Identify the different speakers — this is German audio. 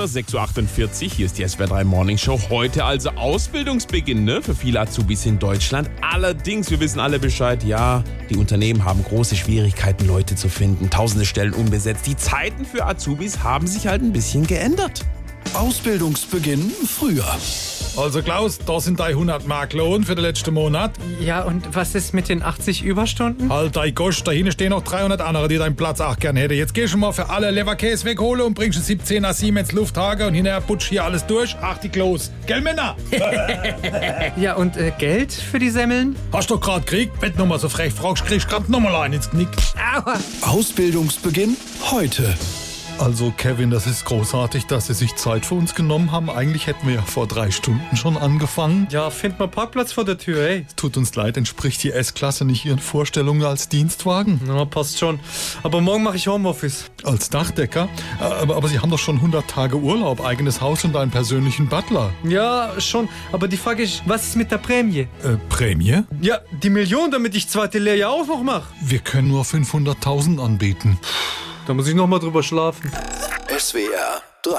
Speaker 1: 1.8.6.48 Uhr, hier ist die SWR3 Morning Show. Heute also Ausbildungsbeginn ne? für viele Azubis in Deutschland. Allerdings, wir wissen alle Bescheid, ja, die Unternehmen haben große Schwierigkeiten, Leute zu finden. Tausende Stellen unbesetzt. Die Zeiten für Azubis haben sich halt ein bisschen geändert.
Speaker 2: Ausbildungsbeginn früher.
Speaker 3: Also Klaus, da sind dein 100 Mark Lohn für den letzten Monat.
Speaker 4: Ja, und was ist mit den 80 Überstunden?
Speaker 3: Halt dein Gosch, da hinten stehen noch 300 andere, die deinen Platz auch gern hätten. Jetzt gehst du mal für alle Leverkäse weghole und bringst einen 17er Siemens Lufthager und hinterher putsch hier alles durch. Ach, die Klos. Gell, Männer?
Speaker 4: Ja, und äh, Geld für die Semmeln?
Speaker 3: Hast doch grad gekriegt? Bett nochmal so frech fragst, kriegst grad nochmal einen ins Knick.
Speaker 4: Aua!
Speaker 2: Ausbildungsbeginn heute.
Speaker 3: Also Kevin, das ist großartig, dass Sie sich Zeit für uns genommen haben. Eigentlich hätten wir ja vor drei Stunden schon angefangen.
Speaker 4: Ja, find mal Parkplatz vor der Tür, ey.
Speaker 3: Tut uns leid, entspricht die S-Klasse nicht Ihren Vorstellungen als Dienstwagen?
Speaker 4: Na, passt schon. Aber morgen mache ich Homeoffice.
Speaker 3: Als Dachdecker? Äh, Aber, aber Sie haben doch schon 100 Tage Urlaub, eigenes Haus und einen persönlichen Butler.
Speaker 4: Ja, schon. Aber die Frage ist, was ist mit der Prämie?
Speaker 3: Äh, Prämie?
Speaker 4: Ja, die Million, damit ich zweite Lehrjahr auch noch mache.
Speaker 3: Wir können nur 500.000 anbieten.
Speaker 4: Da muss ich nochmal drüber schlafen.
Speaker 2: SWR 3.